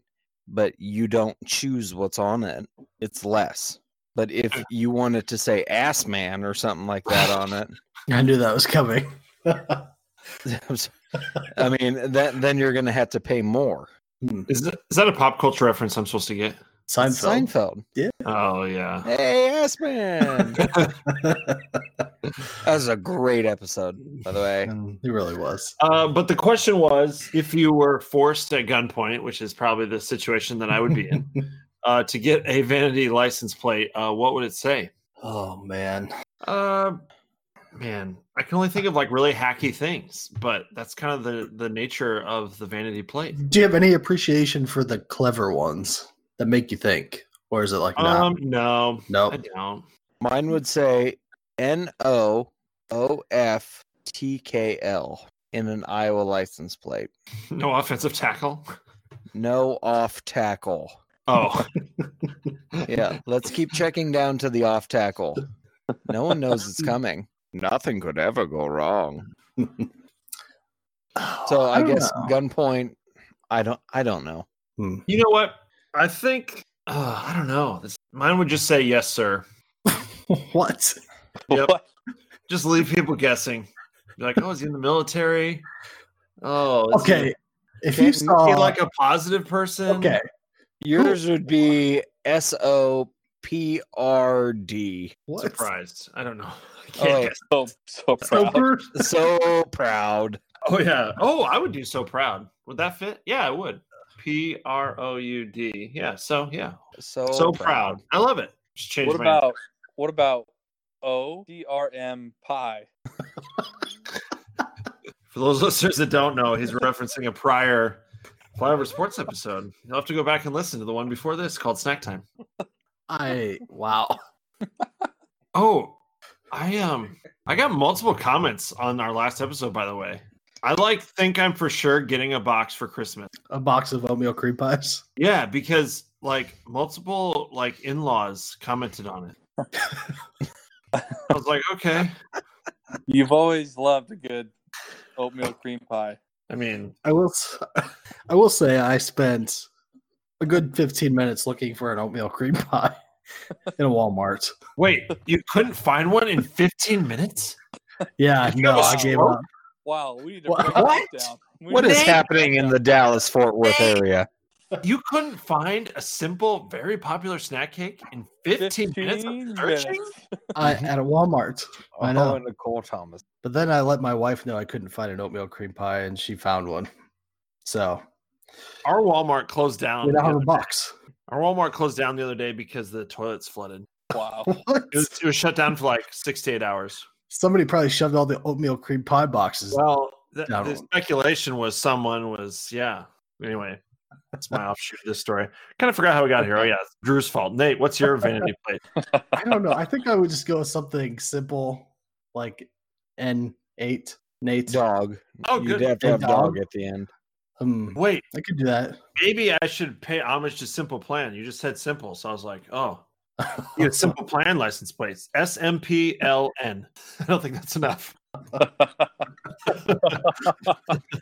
but you don't choose what's on it, it's less. But if you wanted to say ass man or something like that on it, I knew that was coming. Hmm, I'm s- I mean, that, then you're going to have to pay more. Is that, is that a pop culture reference I'm supposed to get? Seinfeld. Seinfeld. Oh, yeah. Hey, ass man. that was a great episode, by the way. And it Hmm, really was. Uh, but the question was if you were forced at gunpoint, which is probably the situation that I would be in, uh, to get a vanity license plate, uh, what would it say? Oh man. Uh, man, I can only think of like really hacky things, but that's kind of the, the nature of the vanity plate. Do you have any appreciation for the clever ones that make you think? Or is it like nah, Um, no, no? I don't. Mine would say N O O F T K L in an Iowa license plate. No offensive tackle. No off tackle. Oh, Yeah, let's keep checking down to the off tackle. No one knows it's coming. Nothing could ever go wrong. So I, don't guess know. gunpoint. I don't. I don't know. you know what? I think uh, I don't know. This- mine would just say yes, sir. what? Yep. What? Just leave people guessing. Be like, oh, is he in the military? Oh, is he- Okay, if Can't you make it Is he saw like a positive person? okay, Yours would be S O P R D. what? Surprised. I don't know. I can't Oh. guess. So so So proud. per- So proud. Oh yeah. Oh, I would do so proud. Would that fit? Yeah, it would. P R O U D. Yeah. So yeah. So so proud. I love it. Just change What my about what about O D R M pie? For those listeners that don't know, he's referencing a prior Flyover Sports episode. You'll have to go back and listen to the one before this called Snack Time. I wow. Oh, I um I got multiple comments on our last episode, by the way. I like think I'm for sure getting a box for Christmas. A box of oatmeal cream pies. Yeah, because like multiple like in-laws commented on it. I was like, okay. You've always loved a good oatmeal cream pie. I mean, I will. s- I will say I spent a good 15 minutes looking for an oatmeal cream pie in a Walmart. wait, you couldn't find one in 15 minutes? Yeah, no, I gave up. Wow, we need to Wha- break that what? down. We What need is to break happening that in down. the Dallas Fort Worth area? You couldn't find a simple, very popular snack cake in 15, minutes of 15 searching? minutes. I, at a Walmart. I know. Oh, Nicole Thomas. But then I let my wife know I couldn't find an oatmeal cream pie, and she found one. So Our Walmart closed down. we now the have a other- box. Our Walmart closed down the other day because the toilets flooded. Wow. What? It was, it was shut down for like six to eight hours. Somebody probably shoved all the oatmeal cream pie boxes. Well, the, Down. the speculation was someone was, yeah. Anyway, that's my offshoot of this story. Kind of forgot how we got here. Oh, yeah. It's Drew's fault. Nate, what's your vanity plate? I don't know. I think I would just go with something simple, like N eight Nate. Dog. Oh, You'd good. have to have dog Dog. at the end. Um, Wait, I could do that. maybe I should pay homage to Simple Plan. You just said simple. So I was like, oh, you had Simple Plan license plates. S M P L N. I don't think that's enough. Hey.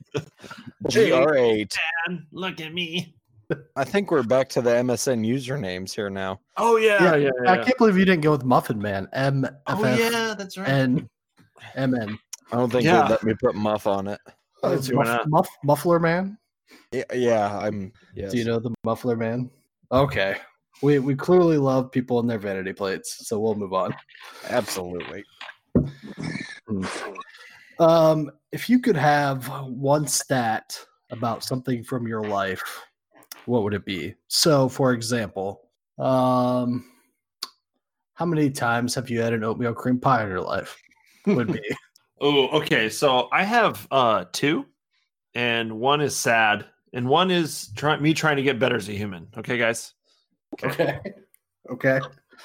GR8. And look at me. I think we're back to the MSN usernames here now. Oh, yeah. Yeah. Yeah, yeah, I can't believe you didn't go with Muffin Man. M F Oh, F yeah. That's right. N M N. I don't think Yeah. they'd let me put muff on it. Oh, dude, why not? Muff, muffler Man. Yeah, yeah I'm. Yes. Do you know the Muffler Man? Okay. We we clearly love people in their vanity plates, so we'll move on. Absolutely. Um, if you could have one stat about something from your life, what would it be? So, for example, um, how many times have you had an oatmeal cream pie in your life? Would be Oh, okay. So I have uh two, and one is sad, and one is try- me trying to get better as a human. Okay, guys. okay. Okay.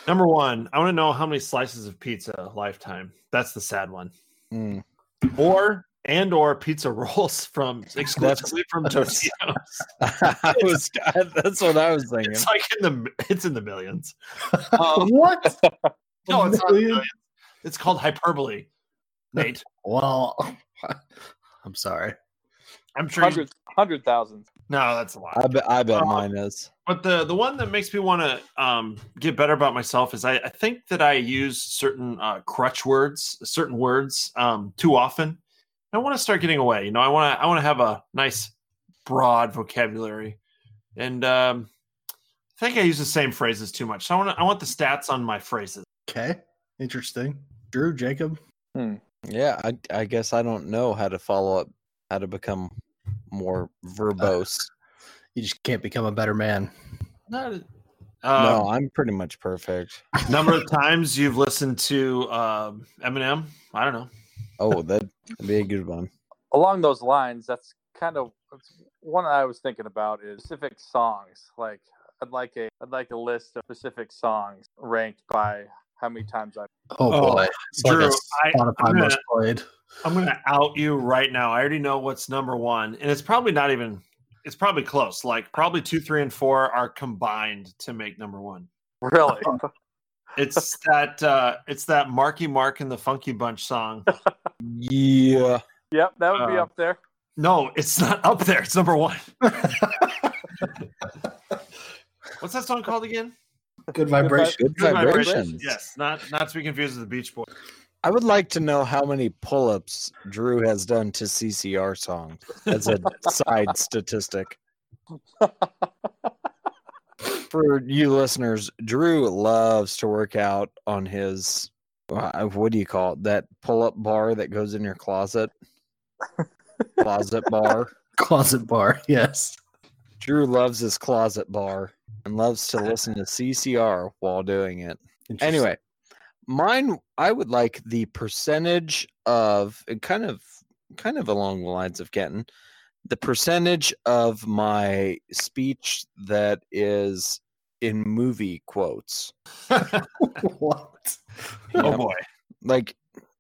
Number one, I want to know how many slices of pizza lifetime. That's the sad one. Mm. Or and or pizza rolls from exclusively from Totino's. that's- I was, that's what I was thinking. It's like in the it's in the millions. what? No, it's not. Million? millions. It's called hyperbole, Nate. Well, I'm sorry. I'm sure. You, Hundred hundred thousand. no, that's a lot. I bet, I bet Uh, mine is. But the the one that makes me want to um, get better about myself is I, I think that I use certain uh, crutch words, certain words um, too often. I want to start getting away. You know, I want to I want to have a nice broad vocabulary, and um, I think I use the same phrases too much. So I want to, I want the stats on my phrases. Okay. Interesting. Drew, Jacob. Yeah, I, I guess I don't know how to follow up, how to become more verbose. You just can't become a better man. Not, um, no, I'm pretty much perfect. number of times you've listened to um, Eminem. I don't know. Oh, that'd be a good one. Along those lines, that's kind of that's one I was thinking about is specific songs. Like I'd like a I'd like a list of specific songs ranked by how many times I've Oh, Oh, boy. It's like a Drew, I- Spotify I'm gonna- most played. I'm gonna out you right now. I already know what's number one, and it's probably not even. it's probably close. Like probably two, three, and four are combined to make number one. Really? It's that uh it's that Marky Mark and the Funky Bunch song. Yeah. yep, that would Um, be Uh, up there. No, it's not up there. It's number one. What's that song called again? Good vibration. Good Good vibrations. Yes, not not to be confused with the Beach Boys. I would like to know how many pull ups Drew has done to CCR song as a side statistic. For you listeners, Drew loves to work out on his uh, what do you call it? That pull up bar that goes in your closet. closet bar. Closet bar. Yes. Drew loves his closet bar and loves to listen to CCR while doing it. Anyway, mine I would like the percentage of and kind of kind of along the lines of Kenton, the percentage of my speech that is in movie quotes. what? Oh Yeah. boy. Like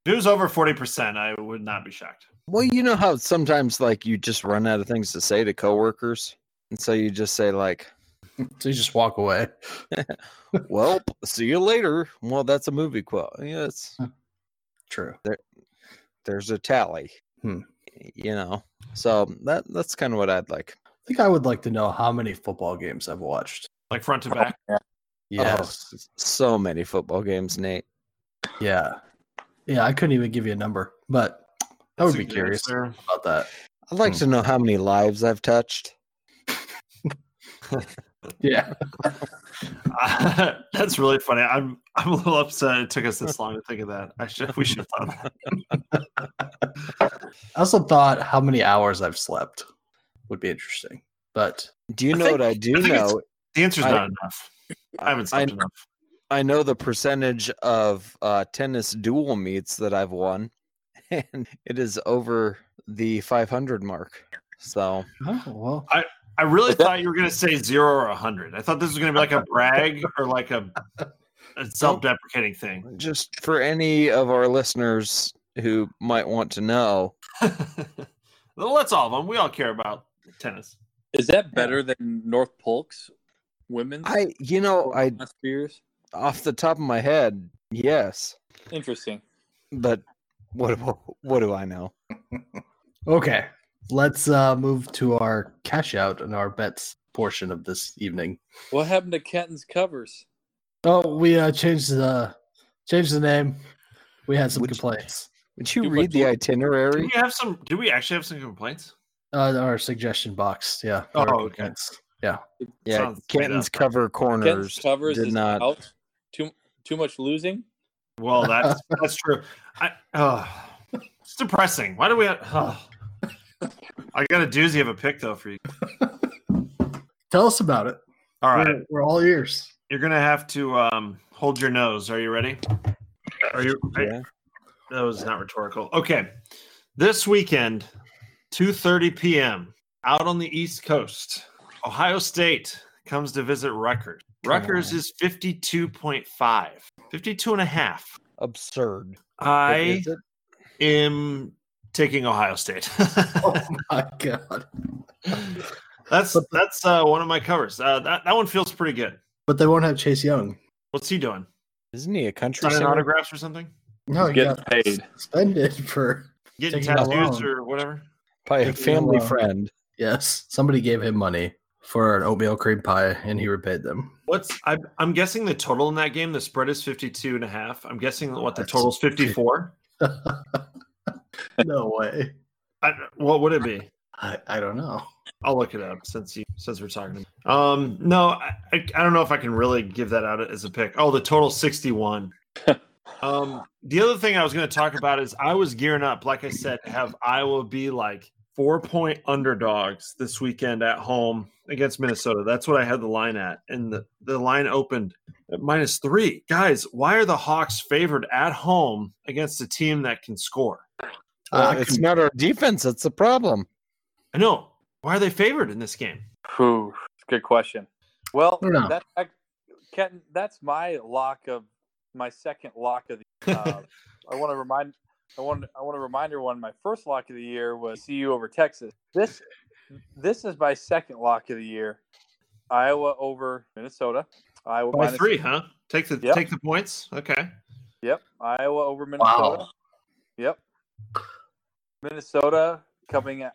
Dude's over forty percent. I would not be shocked. well, you know how sometimes like you just run out of things to say to coworkers. And so you just say like, So you just walk away. Well, see you later. Well, that's a movie quote. Yeah, it's True. there's a tally. Hmm. You know. So that that's kind of what I'd like. I think I would like to know how many football games I've watched. Like front to back. Yes. Oh, so many football games, Nate. Yeah. Yeah. I couldn't even give you a number, but I would That's a be good curious answer. about that. I'd like Hmm. to know how many lives I've touched. Yeah. that's really funny. I'm I'm a little upset it took us this long to think of that. I should we should have thought of that. I also thought how many hours I've slept would be interesting. But Do you I know think- what I do I think it's- know? The answer's I- not enough. I haven't slept I- enough. I know the percentage of uh, tennis duel meets that I've won, and it is over the 500 mark. So oh, well, I really thought you were gonna say zero or a hundred. I thought this was gonna be like a brag or like a, a self-deprecating thing. just for any of our listeners who might want to know, well, that's all of them. We all care about tennis. Is that better than North Polk's women's I you know I last few years? off the top of my head, yes, Interesting. but what what do I know? okay. Let's uh, move to our cash out and our bets portion of this evening. What happened to Kenton's covers? Oh, we uh, changed the changed the name. We had some Would you- complaints. Would you Too read much the work. Do itinerary? we have some do we actually have some complaints? Uh, our suggestion box. Yeah. Oh, our okay. complaints. Yeah, Sounds made Canton's up. cover Kenton's corners covers did is not. out. Too too much losing. Well, that's that's true. I oh, it's depressing. Why do we? Have, oh. I got a doozy of a pick though for you. Tell us about it. All right, We're, we're all ears. you're gonna have to um, hold your nose. Are you ready? Are you? I- Yeah. that was not rhetorical. Okay, this weekend, two thirty p.m. out on the East Coast, Ohio State comes to visit Rutgers. Rutgers is 52.5, 52 and a half. Absurd. But I is it- am taking Ohio State. Oh my god. that's that's uh, one of my covers. Uh, that that one feels pretty good. But they won't have Chase Young. What's he doing? Isn't he a country Signing singer? autographs or something? No, he Getting got paid. suspended for Getting Taking a tattoos loan. or whatever? By a Taking family a loan. friend. yes. Somebody gave him money for an oatmeal cream pie, and he repaid them. What's I, I'm guessing the total in that game? The spread is 52 and a half. I'm guessing that what the That's total's 54. No way. I, what would it be? I, I don't know. I'll look it up since you since we're talking. Um, no, I, I, I don't know if I can really give that out as a pick. Oh, the total sixty one. um, the other thing I was going to talk about is I was gearing up, like I said, to have Iowa be like four point underdogs this weekend at home against Minnesota. That's what I had the line at, and the the line opened at minus three. Guys, why are the Hawks favored at home against a team that can score? Well, I Uh, it's couldn't- not our defense. It's the problem. I know. Why are they favored in this game? Whew, good question. Well, I don't know. that, I, Kenton, that's my lock of my second lock of the. Uh, I want to remind. I want. I want to remind everyone. My first lock of the year was CU over Texas. This This is my second lock of the year. Iowa over Minnesota. Iowa By minus- three, huh? Take the Yep. take the points. Okay. Yep. Iowa over Minnesota. Yep. Minnesota coming a-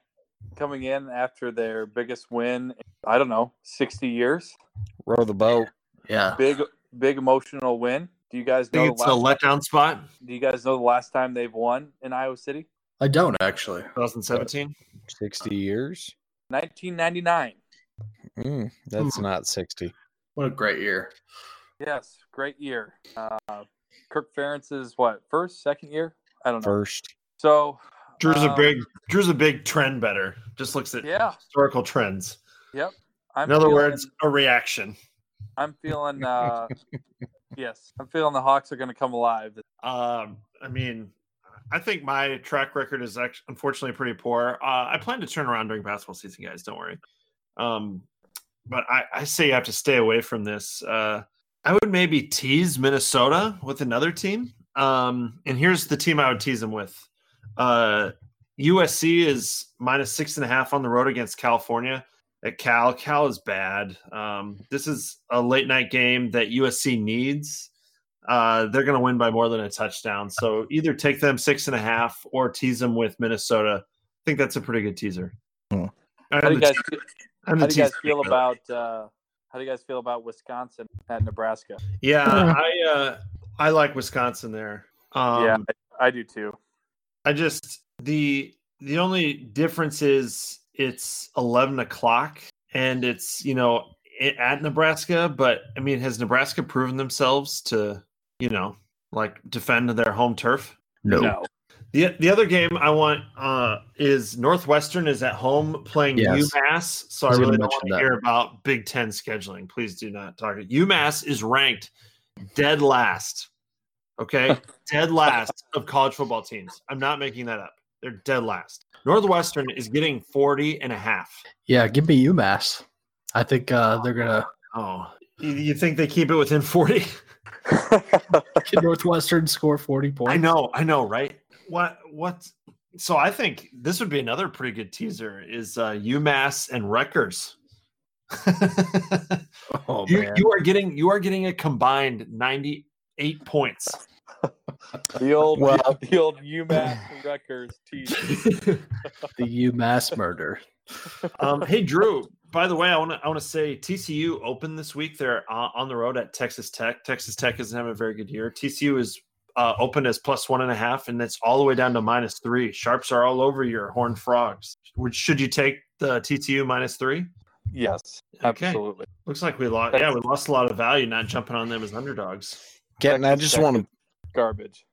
coming in after their biggest win. I don't know, sixty years. Row the boat. Yeah. Big big emotional win. Do you guys know? Think the it's a last- letdown spot. do you guys know the last time they've won in Iowa City? I don't actually. 2017. 60 years? Nineteen ninety nine. Mm, Hmm. that's not 60. What a great year. Yes, great year. Uh, Kirk Ferentz is what first, second year? I don't know. First. So Drew's a um, big Drew's a big trend better. Just looks at Yeah. historical trends. I'm In other feeling- words, a reaction. I'm feeling. Uh, yes, I'm feeling the Hawks are going to come alive. Um, I mean, I think my track record is actually, unfortunately pretty poor. Uh, I plan to turn around during basketball season, guys. Don't worry. Um, but I, I say you have to stay away from this. Uh, I would maybe tease Minnesota with another team. Um, and here's the team I would tease them with. Uh, USC is minus six and a half on the road against California. At Cal, Cal is bad. Um, this is a late night game that USC needs uh, they're going to win by more than a touchdown. So either take them six and a half or tease them with Minnesota. I think that's a pretty good teaser. Hmm. How do I'm you the, guys? te- Feel, I'm the how do you guys teaser. feel about? Uh, how do you guys feel about Wisconsin at Nebraska? Yeah, I uh, I like Wisconsin there. Um, yeah, I, I do too. I just the the only difference is it's eleven o'clock and it's you know i- at Nebraska, but I mean, has Nebraska proven themselves to you know like defend their home turf? No. The the other game I want uh, is Northwestern is at home playing Yes. UMass, so I, I was really gonna don't mention want to that. hear about Big Ten scheduling. Please do not talk. UMass is ranked dead last. Okay, dead last of college football teams. I'm not making that up. They're dead last. Northwestern is getting 40 and a half. Yeah, give me UMass. I think uh, they're gonna Oh, you, you think they keep it within 40? get Northwestern score forty points. I know, I know, right? What what so I think this would be another pretty good teaser is uh UMass and Rutgers. Oh you, man. you are getting you are getting a combined 98 points. the old, Well- the old UMass Rutgers team. the UMass murder. um hey Drew, by the way, I want to I want to say TCU open this week. They're uh, on the road at Texas Tech. Texas Tech isn't having a very good year. TCU is uh, open as plus one and a half, and it's all the way down to minus three. Sharps are all over your horned frogs. Would should you take the TCU minus three? Yes, Okay. absolutely. Looks like we lost. That's- Yeah, we lost a lot of value not jumping on them as underdogs. Getting, I Second, just second. want to Garbage.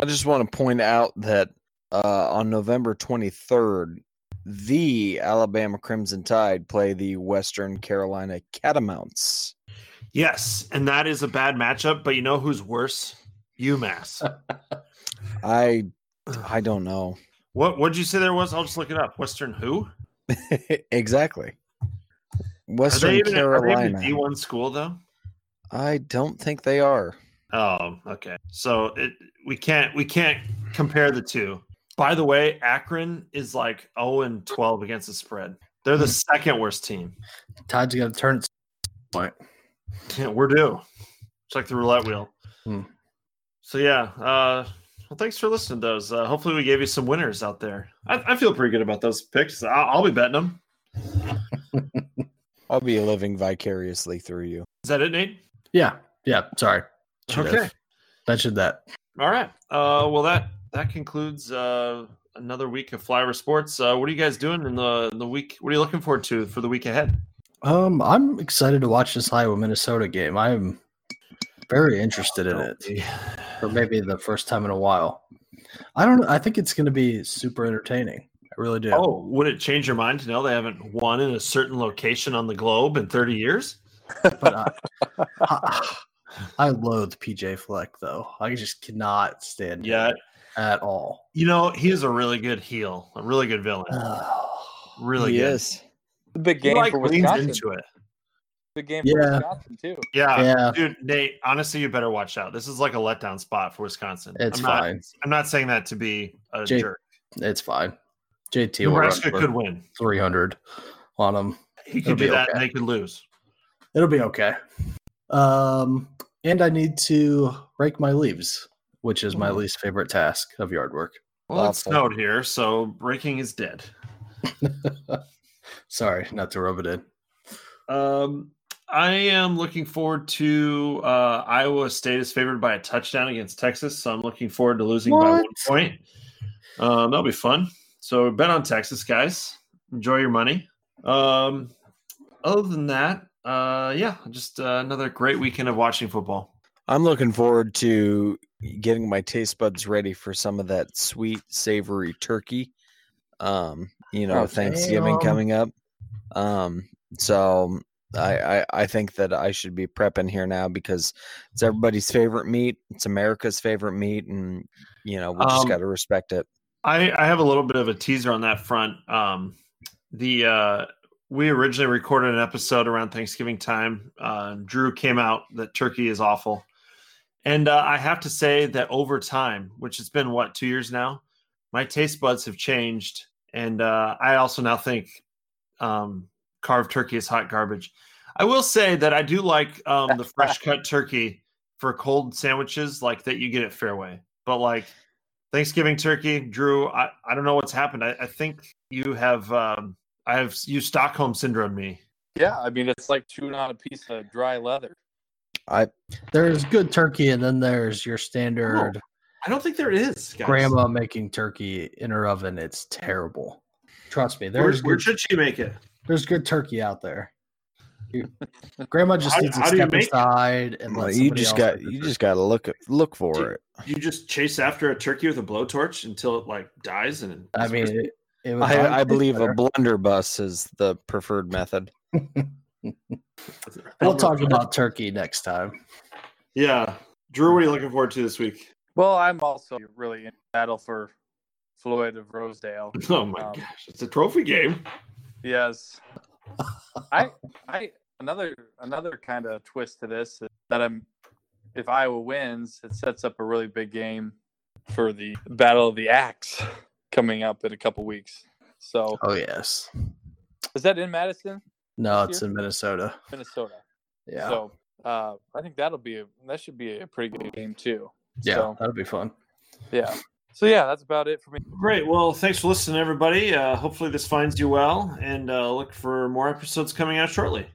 I just want to point out that uh, on November 23rd, the Alabama Crimson Tide play the Western Carolina Catamounts. Yes, and that is a bad matchup. But you know who's worse? UMass. Uh, I I don't know what What did you say there was? I'll just look it up. Western who? exactly. Are Western they even, are they even Carolina. a D one school though? I don't think they are. Oh, okay. So it we can't we can't compare the two. By the way, Akron is like zero and twelve against the spread. They're the Hmm. second worst team. Tide's gonna turn its point. Yeah, we're due. It's like the roulette wheel. Hmm. So yeah. Uh, well, thanks for listening to those. Uh, hopefully, we gave you some winners out there. I, I feel pretty good about those picks. I'll, I'll be betting them. I'll be living vicariously through you. Is that it, Nate? Yeah, yeah. Sorry. Should Okay. have Mentioned that. All right. Uh, well, that that concludes uh, another week of Flyover Sports. Uh, what are you guys doing in the the week? What are you looking forward to for the week ahead? Um, I'm excited to watch this Iowa Minnesota game. I'm very interested in it. for maybe the first time in a while. I don't. I think it's going to be super entertaining. I really do. Oh, would it change your mind to know they haven't won in a certain location on the globe in thirty years? but I, I, I loathe PJ Fleck though. I just cannot stand him Yeah, at all. you know he is a really good heel, a really good villain. Uh, Ah. really good. yes. The big He, game like, for leans Wisconsin. into it. Big game for Yeah. Wisconsin too. Yeah, yeah, dude, Nate. Honestly, you better watch out. This is like a letdown spot for Wisconsin. it's I'm Not, fine. I'm not saying that to be a Jake- jerk. It's fine. JT will run Nebraska for could win. 300 on them. He It'll could do be that, and okay. they could lose. It'll be okay. Um, and I need to rake my leaves, which is Mm. my least favorite task of yard work. Well, it's Awful. snowed here, so breaking is dead. Sorry, not to rub it in. Um, I am looking forward to uh, Iowa State is favored by a touchdown against Texas, so I'm looking forward to losing by one What? point. Um, that'll be fun. So bet on Texas, guys. Enjoy your money. Um, other than that, uh, yeah, just uh, another great weekend of watching football. I'm looking forward to getting my taste buds ready for some of that sweet, savory turkey. Um, you know, Oh, Thanksgiving damn. coming up. Um, so I, I I think that I should be prepping here now because it's everybody's favorite meat. It's America's favorite meat, and you know we just Um, got to respect it. I, I have a little bit of a teaser on that front. Um, the uh, we originally recorded an episode around Thanksgiving time. Uh, Drew came out that turkey is awful, and uh, I have to say that over time, which has been what two years now, my taste buds have changed, and uh, I also now think um, carved turkey is hot garbage. I will say that I do like um, the fresh cut turkey for cold sandwiches, like that you get at Fairway, but like. Thanksgiving turkey, Drew. I, I don't know what's happened. I, I think you have um, I have you Stockholm syndrome me. Yeah, I mean it's like chewing on a piece of dry leather. There's good turkey, and then there's your standard Oh. I don't think there is. Guys. grandma making turkey in her oven. It's terrible. Trust me, where, there's where good, should she make it? there's good turkey out there. You- grandma just How- needs to how do you step make it? aside and Well, let you somebody just else got make the you turkey. just got to look at, look Do- for it. You just chase after a turkey with a blowtorch until it like dies and. I mean, it, it would probably I, I taste believe better. a blunderbuss is the preferred method. We'll talk about turkey next time. Yeah, Drew. What are you looking forward to this week? Well, I'm also really in battle for Floyd of Rosedale. Oh my Um, gosh, it's a trophy game. Yes. I I another another kind of twist to this is that I'm if Iowa wins, it sets up a really big game for the Battle of the Axe coming up in a couple weeks. So Oh yes. is that in Madison, No, This it's in Minnesota. Minnesota? Yeah. So uh, I think that'll be a, that should be a pretty good game too. yeah, so- that'd be fun. Yeah. So yeah, that's about it for me. Great. Well, thanks for listening, everybody. Uh, hopefully, this finds you well, and uh, look for more episodes coming out shortly.